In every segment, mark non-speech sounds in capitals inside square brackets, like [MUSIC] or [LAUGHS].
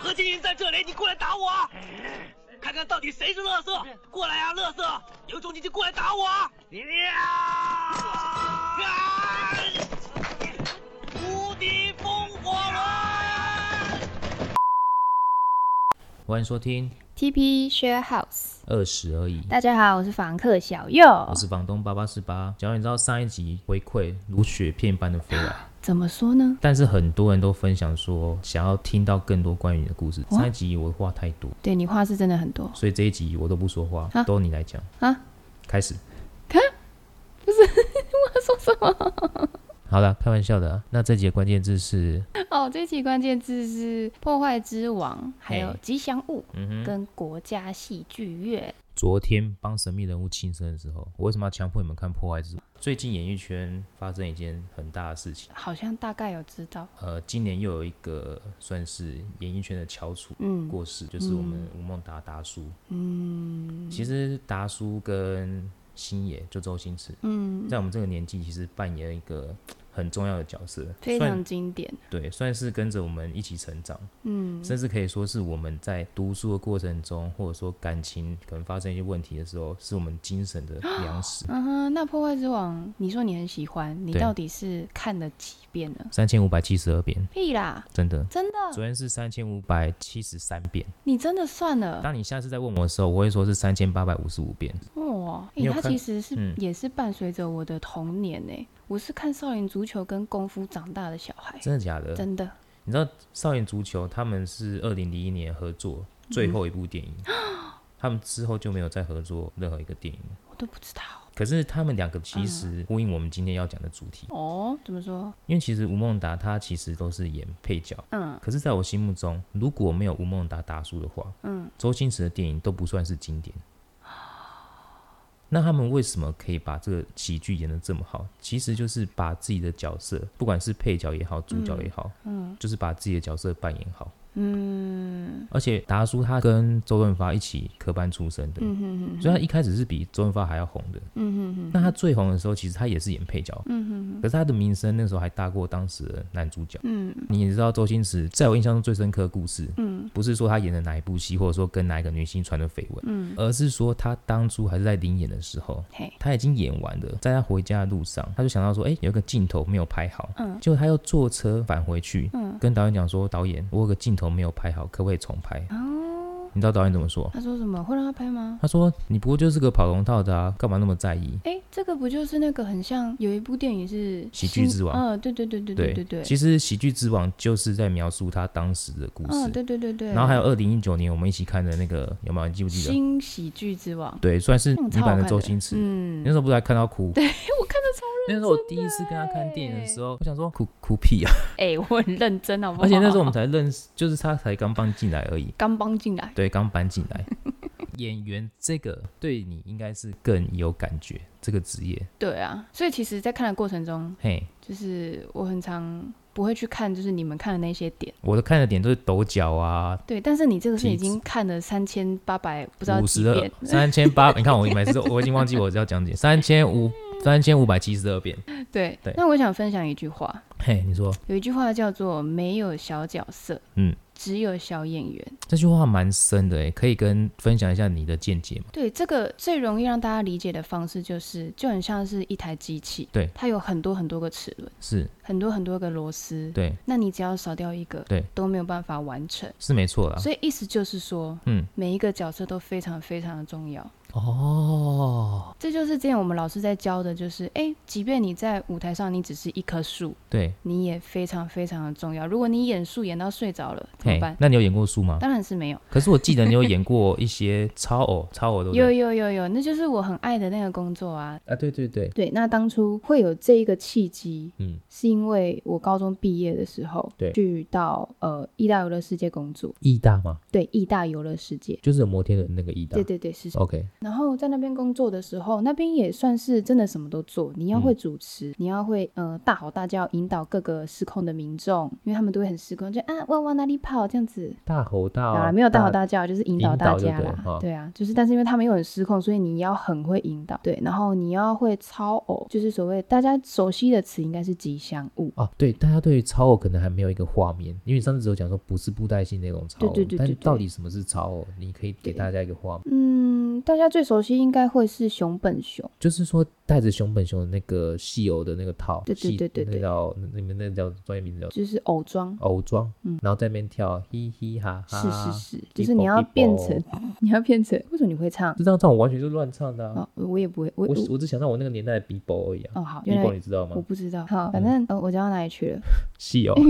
何晶晶在这里，你过来打我啊，看看到底谁是乐色！过来啊，乐色，有种你就过来打我啊！啊无敌风火轮。欢迎收听 TP Share House。二十而已，大家好，我是房客小右。我是房东八八四八。假如你知道上一集回馈如雪片般的飞 [GASPS] 来，怎么说呢？但是很多人都分享说想要听到更多关于你的故事。哇上一集我话太多，对你话是真的很多所以这一集我都不说话啊，都你来讲。啊！开始， [LAUGHS] 他说什么？好了，开玩笑的啊。那这集的关键字是，哦，这期关键字是破坏之王，还有嘿吉祥物嗯哼，跟国家戏剧院。昨天帮神秘人物庆生的时候，我为什么要强迫你们看破坏之王？最近演艺圈发生一件很大的事情，好像大概有知道，呃，今年又有一个算是演艺圈的翘楚，嗯过世，就是我们吴孟达达叔。嗯，其实达叔跟星爷就周星驰，嗯，在我们这个年纪，其实扮演了一个很重要的角色，非算常经典。对，算是跟着我们一起成长，嗯。甚至可以说是我们在读书的过程中，或者说感情可能发生一些问题的时候，是我们精神的粮食嗯哼，那破坏之王，你说你很喜欢，你对到底是看了几遍呢？三千五百七十二遍，屁啦，真的。真的，昨天是三千五百七十三遍。你真的算了。当你下次再问我的时候，我会说是三千八百五十五遍。哇，你哦诶，有它看其实是、嗯也是伴随着我的童年呢。我是看少林足球跟功夫长大的小孩，真的假的？真的。你知道《少年足球》他们是二零零一年合作最后一部电影，他们之后就没有再合作任何一个电影了。我都不知道可是他们两个其实呼应我们今天要讲的主题，哦，怎么说？因为其实吴孟达他其实都是演配角，嗯可是在我心目中，如果没有吴孟达达叔的话，嗯，周星驰的电影都不算是经典。那他们为什么可以把这个喜剧演得这么好？其实就是把自己的角色，不管是配角也好，主角也好，嗯，就是把自己的角色扮演好。嗯，而且达叔他跟周润发一起科班出身的，嗯哼哼，所以他一开始是比周润发还要红的。嗯哼哼，那他最红的时候，其实他也是演配角，啊嗯哼哼，可是他的名声那时候还大过当时的男主角。嗯你也知道周星驰在我印象中最深刻的故事，嗯不是说他演的哪一部戏，或者说跟哪一个女星传的绯闻，嗯，而是说他当初还是在临演的时候，嘿，他已经演完了，在他回家的路上，他就想到说，哎、有一个镜头没有拍好，嗯结果他又坐车返回去，嗯跟导演讲说，导演，我有个镜头没有拍好，可不可以重拍？哦，你知道导演怎么说？他说什么？会让他拍吗？他说：“你不过就是个跑龙套的啊，干嘛那么在意哎，这个不就是那个很像有一部电影是喜剧之王嗯、对对对？”对对对对，其实《喜剧之王》就是在描述他当时的故嗯、事。对对对对，然后还有二零一九年我们一起看的那个，有没有？你记不记得？新喜剧之王，对，算是嗯女超好版的看周的星驰。嗯那，时候不是还看到哭？我看得超那时候我第一次跟他看电影的时候，我想说哭哭屁啊！哎、我很认真好不好？而且那时候我们才认识，就是他才刚搬进来而已，刚搬进来，对，刚搬进 [LAUGHS] 来。演员这个对你应该是更有感觉，这个职业，对啊，所以其实，在看的过程中，嘿，就是我很常不会去看，就是你们看的那些点，我的看的点都是抖脚啊，对。但是你这个是体已经看了三千八百不知道五几十二遍，三千 [LAUGHS] 八，你看我每次都我已经忘记我要讲解三千五三千五百七十二遍，对对。那我想分享一句话，嘿，你说有一句话叫做“没有小角色，嗯，只有小演员这句话蛮深的诶，欸可以跟分享一下你的见解吗”。？对，这个最容易让大家理解的方式就是，就很像是一台机器，对它有很多很多个齿轮，是很多很多个螺丝，对，那你只要少掉一个，对，都没有办法完成。是没错啦。所以意思就是说，嗯，每一个角色都非常非常的重要。哦，这就是之前我们老师在教的，就是哎，诶即便你在舞台上你只是一棵树，对，你也非常非常的重要。如果你演树演到睡着了，怎嘿么办，？那你有演过书吗？当然是没有。可是我记得你有演过一些超偶，超偶对不有对？有有有，那就是我很爱的那个工作啊。啊，对对对，对，那当初会有这一个契机，嗯，是因为我高中毕业的时候，对去到呃意大游乐世界工作，义大嘛，对，意大游乐世界，就是有摩天轮那个义大对对对，是，OK，然后在那边工作的时候，那边也算是真的什么都做。你要嗯会主持，你要会呃大吼大叫，引导各个失控的民众，因为他们都会很失控，就啊往往哪里跑这样子。大吼哦大好了，没有大吼大叫，就是引导引大导就家对啦。了哈对啊，就是但是因为他们又很失控，所以你要很会引导。对，然后你要会操偶，就是所谓大家熟悉的词应该是吉祥物。哦，对，大家对于超偶可能还没有一个画面，因为上次只有讲说不是布袋戏那种超偶，对对对对但对到底什么是超偶，你可以给大家一个画面，嗯，大家最熟悉应该会是熊本熊。就是说带着熊本熊的那个戏偶的那个套，对对戏对对对那叫你们那叫专业名字叫就是偶装。偶装，然后在那边跳嘻嘻哈哈，嗯是是是，就 Beep 是你 boop, 要 beep 变 boop 成， [LAUGHS] 你要变成，为什么你会唱？这张唱我完全就乱唱的、啊，哦，我也不会，我我我我只想到我那个年代的 Bibo 而已啊哦好，原 Bibo 来你知道我吗？嗯不知道。好，反正呃我讲到哪里去了？戏偶 [LAUGHS]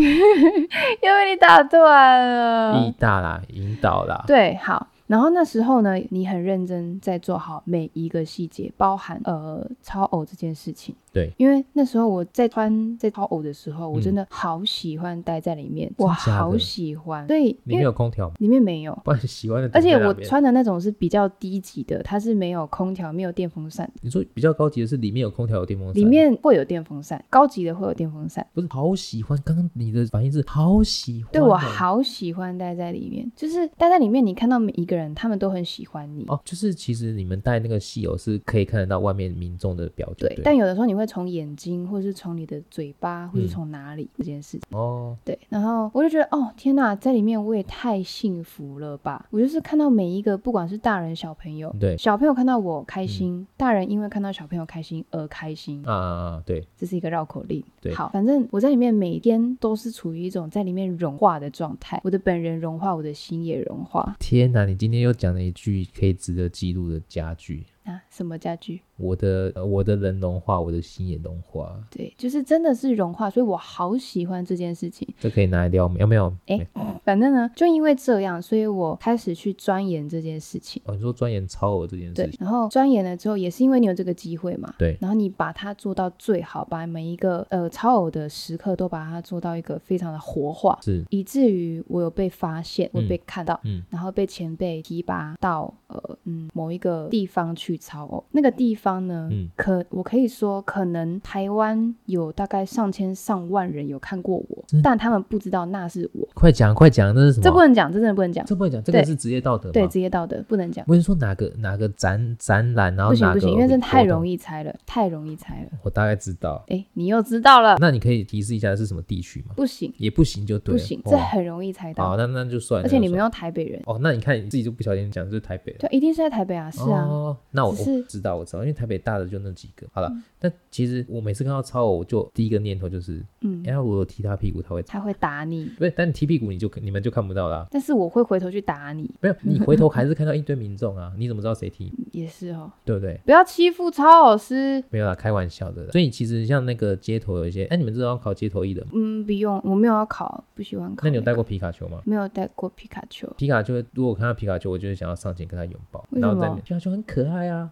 因为你打断了意。大啦，引导啦，对，好。然后那时候呢，你很认真在做好每一个细节，包含呃超偶这件事情。对，因为那时候我在穿在超偶的时候，嗯我真的好喜欢待在里面，真我假的好喜欢。对，里因面为有空调吗？里面没有，不然喜欢的等而且在那我边穿的那种是比较低级的，它是没有空调、没有电风扇，你说比较高级的是里面有空调有电风扇，里面会有电风扇，高级的会有电风扇。不是好喜欢。刚刚你的反应是好喜欢哦，对我好喜欢待在里面，就是待在里面，你看到每一个人，他们都很喜欢你。哦，就是其实你们带那个戏友是可以看得到外面民众的表情，对，但有的时候你会从眼睛，或是从你的嘴巴，或是嗯从哪里、这件事情。哦，对，然后我就觉得，哦，天哪，在里面我也太幸福了吧！我就是看到每一个，不管是大人小朋友，对小朋友看到我开心，大人因为看到小朋友开心而开心，啊啊啊，对，这是一个绕口令。对好，反正我在里面每天都是处于一种在里面融化的状态，我的本人融化，我的心也融化。天哪，你今天又讲了一句可以值得记录的佳句。啊，什么家具？我的、呃我的人融化，我的心也融化，对，就是真的是融化，所以我好喜欢这件事情。这可以拿来撩妹，有哦没有？哎没反正呢，就因为这样，所以我开始去钻研这件事情。哦，你说钻研超偶这件事对情，，然后钻研了之后，也是因为你有这个机会嘛，对然后你把它做到最好，把每一个呃超偶的时刻都把它做到一个非常的活化，是以至于我有被发现，我有被看到，嗯然后被前辈提拔到呃嗯某一个地方去超偶。那个地方呢，嗯可我可以说，可能台湾有大概上千上万人有看过我真，但他们不知道那是我，快讲快讲，那是什么？这不能讲，这真的不能讲，这不能讲，这个对是职业道德吗？对职业道德不能讲。不是说哪个哪个展展览，然后不行哪个不行，因为这太容易。易猜了，太容易猜了。我大概知道，哎，你又知道了，那你可以提示一下是什么地区吗？不行也不行就对了，不行，哦这很容易猜好，到，那那就算了。而且你们要又台北人，哦，那你看你自己就不小心讲就是台北了。对，一定是在台北啊，是啊，哦，那我只是嗯我知道我知道，因为台北大的就那几个。好了，但其实我每次看到超偶，我就第一个念头就是，嗯，哎，我有踢他屁股，他会他会打你，不是？但你踢屁股你就你们就看不到啦。但是我会回头去打你， [LAUGHS] 没有，你回头还是看到一堆民众啊，你怎么知道谁踢？也是哦。对不对？不要欺负超老师。没有啦，开玩笑的啦。所以其实像那个街头有一些，哎，你们知道要考街头艺人吗？嗯，不用，我没有要考，不喜欢考、那你有带？过皮卡丘吗？没有带过皮卡丘，皮卡丘，如果我看到皮卡丘，我就会想要上前跟他拥抱，为然后什在么皮卡丘很可爱啊。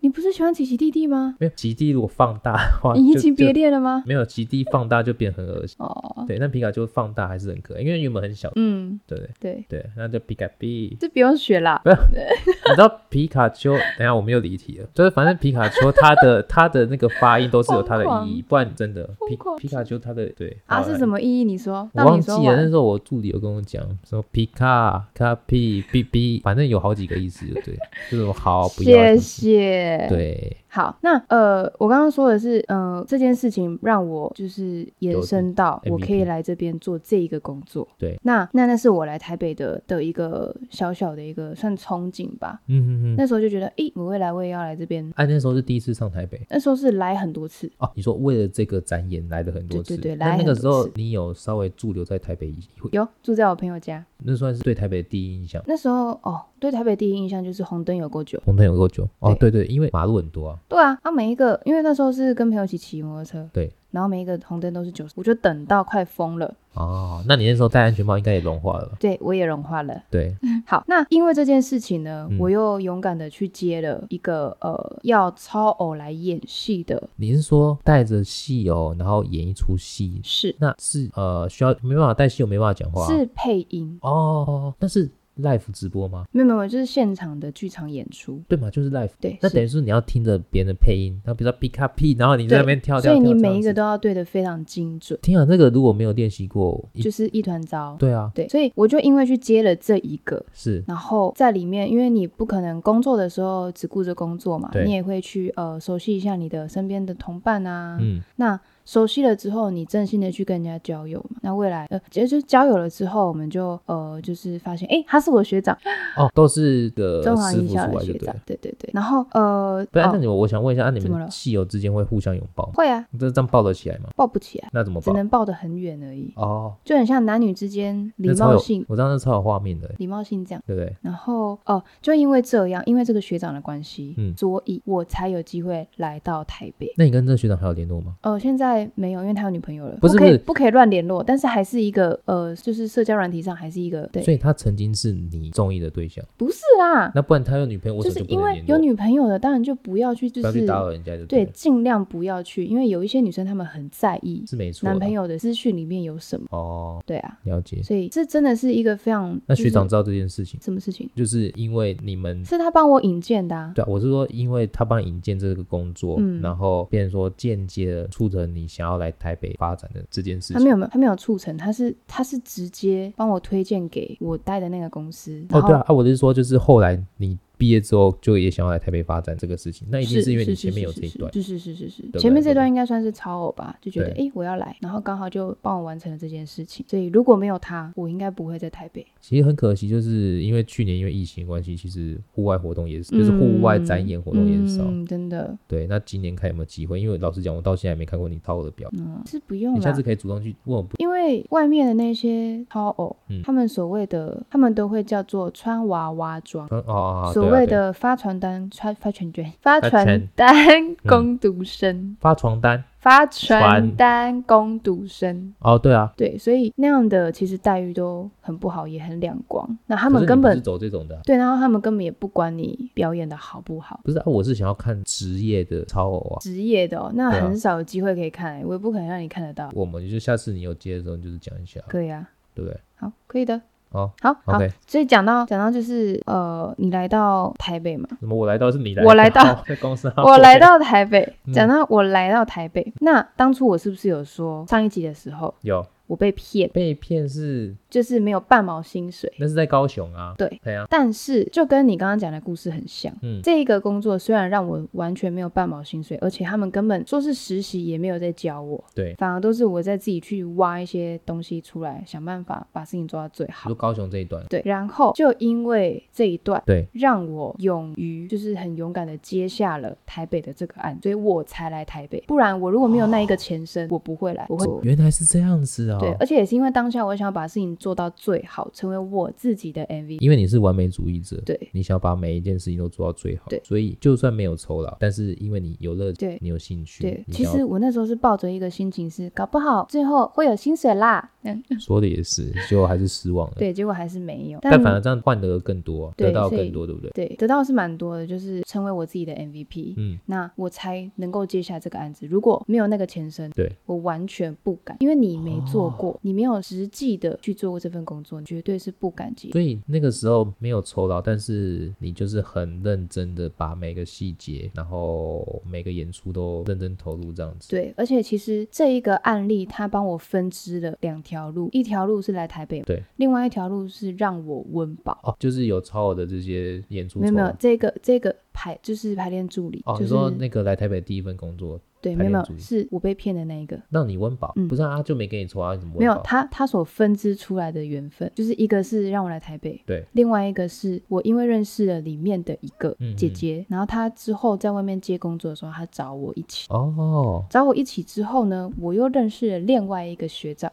你不是喜欢奇奇弟弟吗？没有极地，如果放大的话， [LAUGHS] 你移啊就情就别恋了吗？没有极地放大就变很恶心。哦，对，但皮卡丘放大还是很可爱，因为原本很小，嗯，对不对？对，对，那就皮卡比。这不用学啦。你知道皮卡丘？等一下我们又离题了，就是反正皮卡丘它的它的那个发音都是有它的意义，不然真的皮疯狂皮卡丘它的对啊，是什么？么意义？你说，我让忘你记说了，那完。时候我助理有跟我讲，说皮卡卡皮比比，反正有好几个意思，就对，就是我好不要什么，谢谢。。对，好，那呃，我刚刚说的是，呃，这件事情让我就是延伸到有我 MVP 可以来这边做这一个工作。对，那那那是我来台北的的一个小小的一个算憧憬吧。嗯哼哼。那时候就觉得，诶，我未来我也要来这边。哎、那时候是第一次上台北那时候是来很多次，哦。你说为了这个展演来了很多次，对对对那来那很个多时候次你有稍微驻留在台北一会，有住在我朋友家。那算是对台北的第一印象。那时候哦，对台北第一印象就是红灯有够久。红灯有够久哦，对对，因为马路很多啊，对啊，啊每一个，因为那时候是跟朋友一起骑摩托车，对。然后每一个红灯都是九十，我就等到快疯了，哦，那你那时候戴安全帽应该也融化了吧？对我也融化了。 [LAUGHS] 对，好，那因为这件事情呢，嗯我又勇敢的去接了一个呃要超偶来演戏的你是说带着戏偶，然后演一出戏，事，呃那是呃需要没办法带戏偶没办法讲话啊、是配音。哦，但是 live 直播吗？没有没有，就是现场的剧场演出。对嘛，就是 live。对，那是等于说你要听着别人的配音，然后比如说 pick up p，然后你在那边跳跳跳所以这样你子。每一个都要对的非常精准，听啊，这个如果没有练习过，一就是一团糟。对啊，对，所以我就因为去接了这一个，是然后在里面，因为你不可能工作的时候只顾着工作嘛，对你也会去呃熟悉一下你的身边的同伴啊。嗯那熟悉了之后，你真心的去跟人家交友嘛。那未来呃，其实就是交友了之后，我们就呃就是发现，哎、他是我学长，哦，都是个中华师音傅出校来的就学对长了。，对对对。然后呃，不然，那哦你们我想问一下，啊，你怎么们了戏友之间会互相拥抱吗？会啊，你这这样抱得起来吗？抱不起来，那怎么只抱？能抱得很远而已，哦，就很像男女之间礼那超貌有性，我知道那超有画面的，礼貌性这样。对不对？然后哦，就因为这样，因为这个学长的关系，嗯所以我才有机会来到台北。那你跟这学长还有联络吗？呃，现在没有，因为他有女朋友了，不是可以不是不可以乱联络，但是还是一个呃，就是社交软体上还是一个对，所以他曾经是你中意的对象，不是啦，那不然他有女朋友，为就什么是就不因能为联有络？女朋友的，当然就不要去，就不要去是打扰人家就对，了，尽量不要去，因为有一些女生她们很在意是没错啊啦。男朋友的资讯里面有什么，哦，对啊，了解。所以这真的是一个非常那就学是长知道这件事情，什么事情？就是因为你们是他帮我引荐的、啊，对啊，我是说，因为他帮你引荐这个工作，嗯然后变成说间接的促成你想要来台北发展的这件事他没情。有没有，他没有促成，他是他是直接帮我推荐给我待的那个公司，哦然，后对啊，啊，我是说，就是后来你毕业之后就也想要来台北发展这个事情，那一定是是因为你是前面有这一段。是是是是是对前面这对段应该算是超偶吧，就觉得对诶我要来，然后刚好就帮我完成了这件事情，所以如果没有他，我应该不会在台北。其实很可惜，就是因为去年因为疫情的关系，其实户外活动也是，就是户外展演活动也少。嗯，真的，对，那今年看有没有机会？因为老实讲，我到现在还没看过你套我的表，嗯，是不用你下啦次。可以主动去问我不。因为外面的那些超偶，嗯他们所谓的，他们都会叫做穿娃娃装，嗯哦哦哦，对啊所谓对啊的发传单、发发传卷、发传传单、嗯攻读生、发床单发传传单、攻读生。哦，对啊，对，所以那样的其实待遇都很不好，也很两光。那他他们根本是走这种的啊、对，然后他们根本也不管你表演的好不好，不是啊，我是想要看职业的超偶啊。职业的哦，那对啊很少有机会可以看、欸，我也不可能让你看得到。我们就下次你有接的时候，你就是讲一下，可以啊，对不对？好，可以的，好好好。 ，OK。所以讲到讲到就是呃，你来到台北嘛，那么我来到是你来，我来到在公司， [LAUGHS] 我来到台北，嗯讲到我来到台北，那当初我是不是有说上一集的时候有我被骗，被骗是就是没有半毛薪水？那是在高雄啊，对，对啊，但是就跟你刚刚讲的故事很像，嗯这个工作虽然让我完全没有半毛薪水，而且他们根本说是实习也没有在教我，对反而都是我在自己去挖一些东西出来，想办法把事情做到最就好是。高雄这一段，对，然后就因为这一段，对，让我勇于就是很勇敢的接下了台北的这个案，所以我才来台北。不然我如果没有那一个前身，我不哦会来，我会。原来是这样子啊，对，而且也是因为当下我想要把事情做到最好，成为我自己的 MV。因为你是完美主义者，对，你想要把每一件事情都做到最好对，所以就算没有酬劳，但是因为你有热对情，你有兴趣，对，你其想要实我那时候是抱着一个心情是，搞不好最后会有薪水啦。嗯，说的也是，结果还是失望了，，对，结果还是没有。但反而这样换得更多，对得到所以更多，对不对？对得到是蛮多的，就是成为我自己的 MVP。嗯，那我才能够接下这个案子。如果没有那个前身，对哦我完全不敢，因为你没做过，你没有实际的去做过这份工作，你绝对是不敢接。所以那个时候没有酬劳，但是你就是很认真的把每个细节，然后每个演出都认真投入这样子。对，而且其实这一个案例，他帮我分支了两条路，一条路是来台北，对，另外一条路是让我温饱。哦，就是有超额的这些演出酬没劳。有没有，这个这个排就是排练助理，哦，就你是说那个来台北第一份工作对，排没有没练有助，理是我被骗的那一个，让你温饱，嗯不是啊，就没给你酬劳，你怎么温饱？没有他他所分支出来的缘分，就是一个是让我来台北，对，另外一个是我因为认识了里面的一个嗯嗯姐姐，然后她之后在外面接工作的时候，她找我一起。哦找我一起之后呢，我又认识了另外一个学长，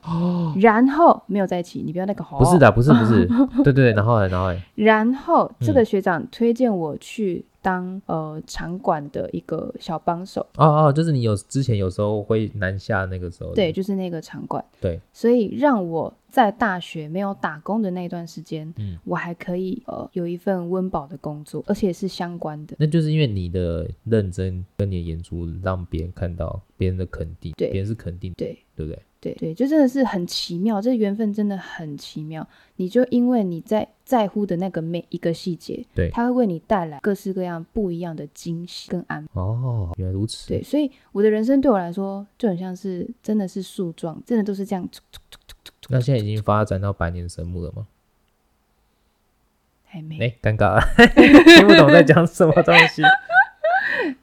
然后没有在一起，你不要那个吼。哦不是，的，不是不 [LAUGHS] 是，对对对，然后呢，然后呢然后这嗯个学长推荐我去当呃场馆的一个小帮手，哦哦，就是你有之前有时候会南下那个时候的，对，就是那个场馆，对，所以让我在大学没有打工的那段时间，嗯我还可以呃有一份温饱的工作，而且是相关的。那就是因为你的认真跟你的演出，让别人看到别人的肯定，对别人是肯定，对对不对？对对，就真的是很奇妙，这缘分真的很奇妙。你就因为你在在乎的那个每一个细节，对它会为你带来各式各样不一样的惊喜跟安排。哦，原来如此。对，所以我的人生对我来说就很像是真的是树状，真的都是这样，那现在已经发展到百年神木了吗？还哎、没尴尬了， [LAUGHS] 听不懂在讲什么东西。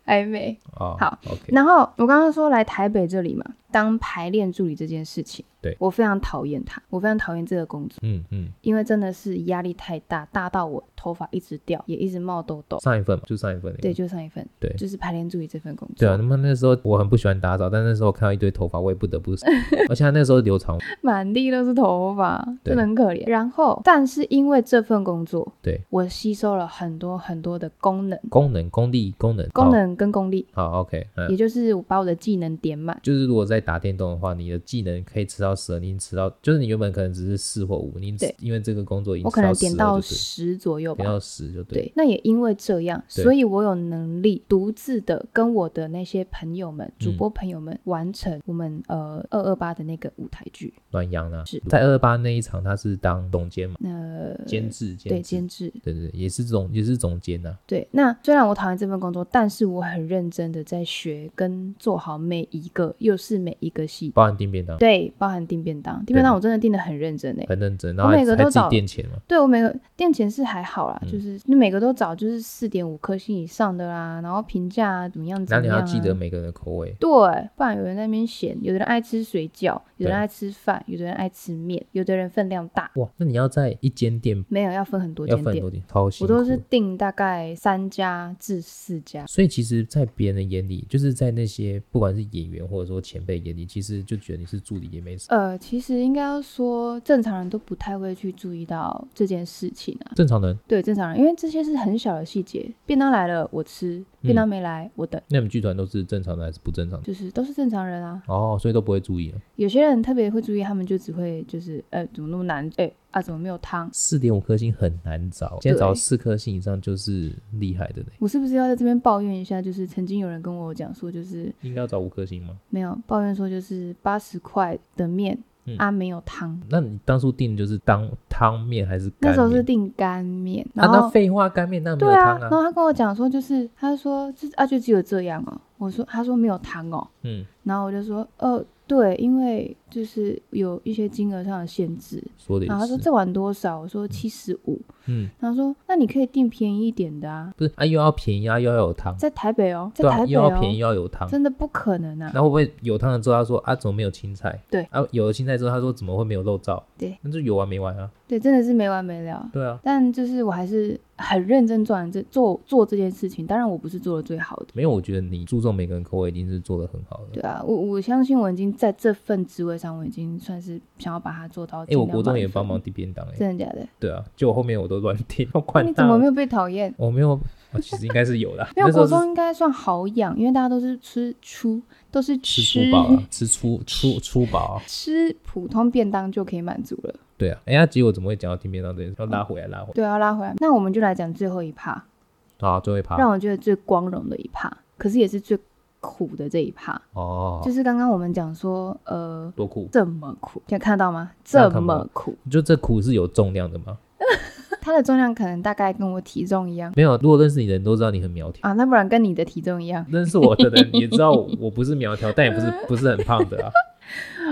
还没。哦，好，OK，然后我刚刚说来台北这里嘛，当排练助理这件事情，对我非常讨厌它，我非常讨厌这个工作，嗯嗯，因为真的是压力太大，大到我头发一直掉，也一直冒痘痘。上一份嘛，就上一份那个。对，就上一份，对就是排练助理这份工作。对啊，那么那时候我很不喜欢打扫，但那时候看到一堆头发，我也不得不 [LAUGHS] 扫，而且他那时候留长，满地都是头发，对真的很可怜。然后，但是因为这份工作，对我吸收了很多很多的功能、功能、功力、功能、功能跟功力，好。好，OK，嗯也，就是我把我的技能点满。就是如果在打电动的话，你的技能可以吃到十二，你已经吃到，就是你原本可能只是四或五，你对因为这个工作已经我吃可能到十了，点就到对，十左右吧点。到十就对。对，那也因为这样，对所以我有能力独自的跟我的那些朋友们、主嗯播朋友们完成我们呃二二八的那个舞台剧，暖阳呢是，在二八那一场他是当总监嘛，呃，监制，监对制监制，对对，对也是总也是总监啊呐、对。那虽然我讨厌这份工作，但是我很认真的在学跟做好每一个，又是每一个戏，包含订便当，对，包含订便当，订便当我真的订的很认真诶、很认真，然我后还哦每个还都自己找垫钱嘛，对我每个店前是还好啦，嗯就是你每个都找就是四点五颗星以上的啦，然后评价啊怎么样怎然后么你样、啊，要记得每个人的口味，对，不然有人在那边嫌，有的人爱吃水饺，有的对人爱吃饭，有的人爱吃面，有的人分量大，哇，那你要在一间店没有要分很多要间分很店多，点，超辛我苦都的。是订大概三家至四家。所以其实，在别人的眼里，就是在那些不管是演员或者说前辈眼里，其实就觉得你是助理也没什么。呃，其实应该要说，正常人都不太会去注意到这件事情啊。正常人，对，正常人，因为这些是很小的细节。便当来了我嗯吃，便当没来我等，那你们剧团都是正常的还是不正常的？就是都是正常人啊。哦，所以都不会注意了。有些人特别会注意，他们就只会就是，呃，怎么那么难？哎、啊，怎么没有汤？四点五颗星很难找，现在找对四颗星以上就是厉害的嘞。我是不是要在这边抱怨一下？就是曾经有人跟我讲说，就是应该要找五颗星吗？没有抱怨说，就是八十块的面、嗯啊没有汤，那你当初定的就是当汤面还是干那面？时候是订干面，啊，然后、那废话，干面那没有对啊汤，然啊。后他跟我讲说，就是他说这啊就只有这样哦、我说他说没有汤哦、嗯，然后我就说呃对，因为就是有一些金额上的限制，说的然后他也说是。这碗多少？我说七十五，嗯，然后说那你可以订便宜一点的啊，不是啊，又要便宜啊，又要有汤，在台北哦、在对啊，台北又哦、要便宜又要有汤。真的不可能啊。那会不会有汤了之后，他说啊，怎么没有青菜？对啊，有了青菜之后，他说怎么会没有肉燥？对，那就有完没完啊？对，真的是没完没了。对啊，但就是我还是很认真做完这做做这件事情，当然我不是做的最好的，没有，我觉得你注重每个人口味，一定是做的很好的。对啊，我我相信我已经在这份职位上，我已经算是想要把它做到。哎、我国中也帮忙，订便当哎、真的假的？对啊，就我后面我都乱订，我管你怎他么没了，有被讨厌？。我没有，啊其实应该是有啦 [LAUGHS] 没有那时候国是中应该算好养，因为大家都是吃粗，都是吃吃粗饱啊，吃粗粗粗饱啊。吃普通便当就可以满足了。对啊，哎、呀，结果怎么会讲到订便当这件事？要拉回来，拉回对啊，拉回来，那我们就来讲最后一趴，来。好，最后一趴。让我觉得最光荣的一趴，可是也是最苦的这一趴，哦就，是刚刚我们讲说，呃，多酷！这么苦，现在看得到吗？这这样看不到么苦，就这苦是有重量的吗？它的重量可能大概跟我体重一样没有，如果认识你的人都知道你很苗条。啊，那不然跟你的体重一样认识我的人也知道我不是苗条，但也不是不是很胖的啊。 [LAUGHS]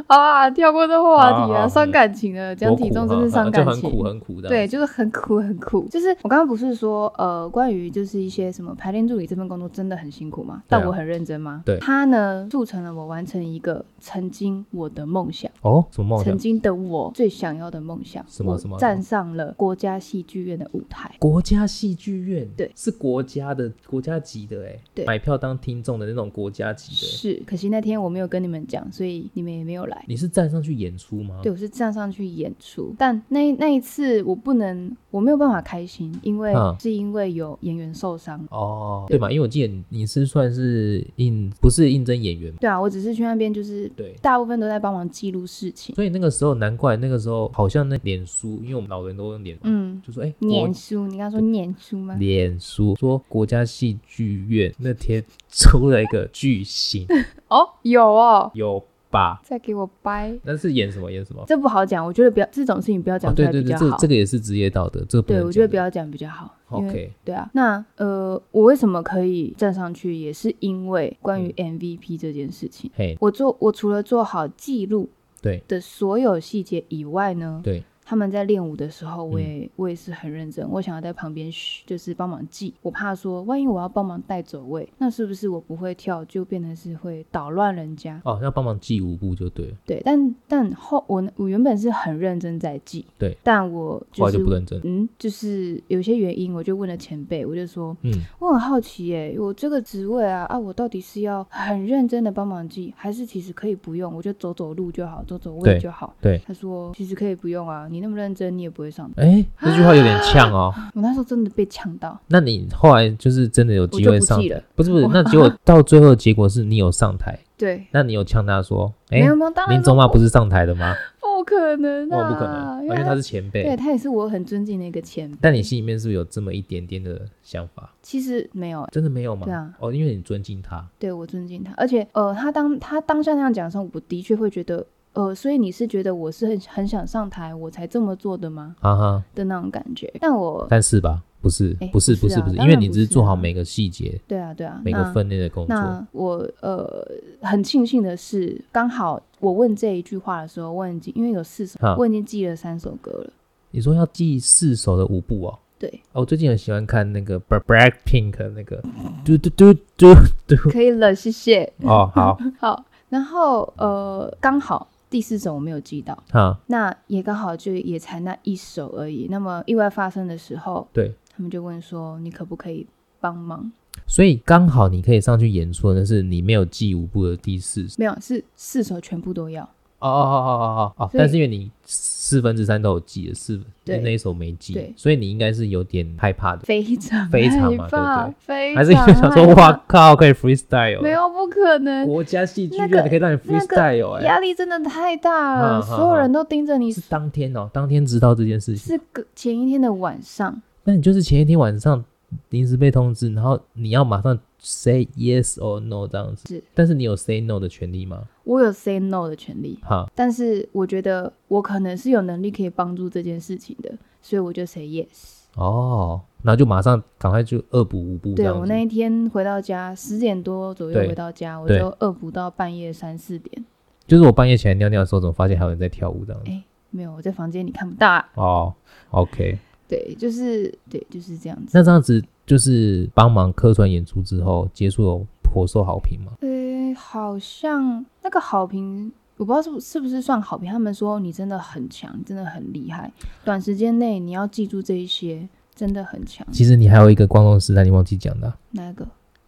啊。跳过这个话好题好啊，好伤感情了，讲多体苦重真哈是伤啊感就很苦情。很苦的。对，，就是很苦很苦。就是我刚刚不是说，呃，关于就是一些什么排练助理这份工作真的很辛苦吗？对啊但我很认真吗？对它呢促成了我完成一个曾经我的梦想，哦，什么梦曾想？经的我最想要的梦想。什么我什么站上了国家戏剧院的舞台。国家戏剧院，对是国家的国家级的哎，对买票当听众的那种国家级的欸。是，可惜那天我没有跟你们讲，所以你们也没有来。你是站上去演出吗？对，我是站上去演出，但那那一次我不能，我没有办法开心，因为、嗯是因为有演员受伤。哦，对对嘛，因为我记得你是算是应不是应征演员嘛，对啊，我只是去那边，就是对。大部分都在帮忙记录事情。所以那个时候，难怪那个时候好像那脸书，因为我们老人都用脸，嘛，嗯，就说哎，国念书，啊你刚刚说念书吗？脸书说国家戏剧院那天出了一个巨星，哦，有哦，有吧？再给我掰，那是演什么演什么？这不好讲。我觉得不要这种事情不要哦，讲出对来对比对，较这好。这个也是职业道德，这个不对能我觉得讲不要讲比较好。因为 OK 对啊，那呃，我为什么可以站上去，也是因为关嗯于 MVP 这件事情，嘿，我做我除了做好记录对的所有细节以外呢，对，他们在练舞的时候，嗯我也、我也是很认真，我想要在旁边嘘，就是帮忙记，我怕说万一我要帮忙带走位，那是不是我不会跳就变成是会捣乱人家？哦，要帮忙记舞步就对了，对，但但后我我原本是很认真在记，对，但我后就来是就不认真。嗯，就是有些原因，我就问了前辈，我就说嗯，我很好奇耶、我这个职位啊啊，我到底是要很认真的帮忙记，还是其实可以不用，我就走走路就好，走走位对就好。对，他说其实可以不用啊，你那么认真，你也不会上台。哎，这句话有点呛哦。我那时候真的被呛到，那你后来就是真的有机会上我就不记台了？不是不是，那 [LAUGHS] 结果到最后的结果是你有上台，对，那你有呛他说，没哎有，没有，当然林中说嘛不是上台的吗？不可能我啊，不可能，因因为为他是前对辈。他也是我很尊敬的一个前辈。但你心里面是不是有这么一点点的想法？其实没有，真的没有吗？对啊哦，因为你尊敬他，对我尊敬他，而且呃，他当他当下那样讲的时候，我的确会觉得。呃，所以你是觉得我是很很想上台，我才这么做的吗？哈哈。的那种感觉。但我但是吧，不是哎，不是，不不是啊是，不是，当因为然你不只是是做啊好每个细节、对啊，对啊，每个那分内的工作。那我呃很庆幸的是，刚好我问这一句话的时候，我已经因为有四首哈，我已经记了三首歌了。你说要记四首的舞步哦。对，哦，我最近很喜欢看那个 Bla- Black Pink 那个嘟嘟嘟嘟嘟。可以了，谢谢。哦，好，好，然后呃，刚好第四首我没有记到，哈，那也刚好就也才那一首而已。那么意外发生的时候，对，他们就问说你可不可以帮忙？所以刚好你可以上去演出的是你没有记舞步的第四首。没有，是四首全部都要。哦哦哦哦哦哦哦！所以但是因为你四分之三都有记了，四对那一首没对记，所以你应该是有点害怕的，非常非常害嘛怕对不啊非常还是因为想说害怕哇靠，可以 freestyle？了没有不可能，国家戏剧那院个可以让你那个 freestyle 哎、压力真的太大了，嗯嗯所有人都盯着你是。当天哦，当天知道这件事情，是个前一天的晚上，那你就是前一天晚上临时被通知，然后你要马上 say yes or no 这样子，是但是你有 say no 的权利吗？我有 say no 的权利，哈，但是我觉得我可能是有能力可以帮助这件事情的，所以我就 say yes。哦，然后就马上赶快就恶补五步这对样子，我那一天回到家十点多左右对回到家，我对就恶补到半夜三四点。就是我半夜起来尿尿的时候，怎么发现还有人在跳舞这样子？哎没有，我在房间里看不到、啊。哦，OK，对，就是对，就是这样子。那这样子就是帮忙客串演出之后，结束有颇受好评吗？呃，好像那个好评，我不知道是不是不是算好评。他们说你真的很强，你真的很厉害，短时间内你要记住这一些，真的很强。其实你还有一个光荣时代，你忘记讲的啊、哪一个？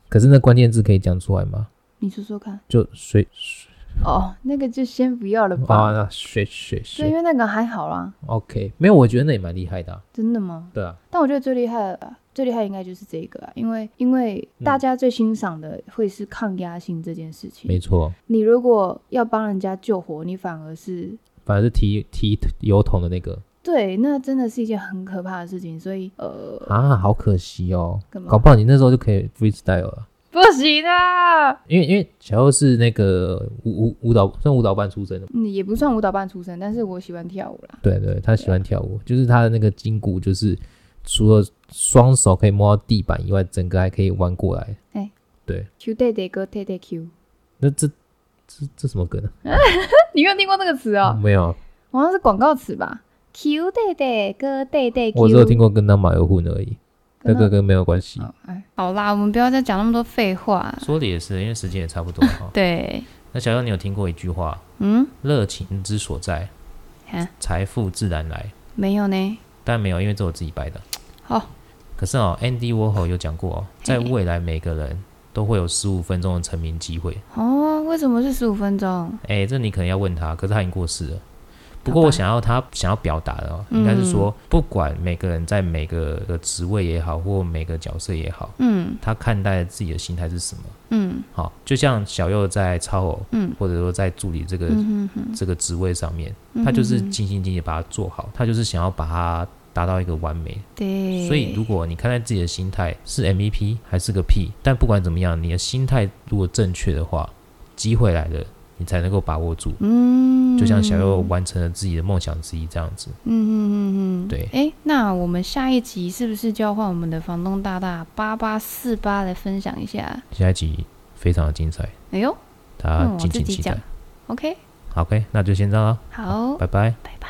可是那关键字可以讲出来吗？你说说看。就水哦，那个就先不要了啊，吧。那水水嗯对，啊因水为那个还好啦， ，OK，没有，我觉得那也蛮厉害的啊、真的吗？对啊，但我觉得最厉害的，最厉害应该就是这个啊，因为因为嗯大家最欣赏的会是抗压性这件事情。没错，你如果要帮人家救火，你反而是反正是提提油桶的那个对，那真的是一件很可怕的事情。所以呃，啊，好可惜哦干，嘛搞不好你那时候就可以 freestyle 了，不行啊！因为因为小欧是那个舞舞舞蹈算舞蹈班出身的嘛，嗯，也不算舞蹈班出身，但是我喜欢跳舞啦。对对，他喜欢跳舞，啊就是他的那个筋骨就是除了双手可以摸到地板以外，整个还可以弯过来， Q day day 哥 day day Q， [LAUGHS] 那这这这什么梗啊呢？你没有听过这个词哦？没有，啊好像是广告词吧？Q day day 哥 day day Q，我只有听过跟当马油混而已，那个跟没有关系。哦哎，好啦，我们不要再讲那么多废话。。说的也是，因为时间也差不多了哈 [LAUGHS] 对，那小妖，你有听过一句话？嗯，热情之所 [LAUGHS] 在啊，财富自然来。没有呢。但没有，因为这我自己掰的。好，可是哦，Andy Warhol 有讲过哦，在嘿未来每个人都会有十五分钟的成名机会。哦，为什么是十五分钟？哎，这你可能要问他，可是他已经过世了。不好过吧嗯我想要他想要表达的、哦，应该是说，不管每个人在每个的职位也好，或每个角色也好，嗯他看待自己的心态是什么。嗯好，就像小右在超偶，嗯或者说在助理这个、嗯哼这个职位上面，哼，他就是嗯哼尽心尽力把它做好，他就是想要把它达到一个完美，对，所以，如果你看待自己的心态是 E MVP 还是个屁，但不管怎么样，你的心态如果正确的话，机会来了，你你才能够把握住。嗯，就像小佑完成了自己的梦想之一这样子。嗯嗯嗯嗯，对哎、那我们下一集是不是就要换我们的房东大大八八四八来分享一下？下一集非常的精彩，哎呦大嗯家我啊敬自请己期待。讲，，OK， OK，那就先这样了，好，拜拜。拜拜。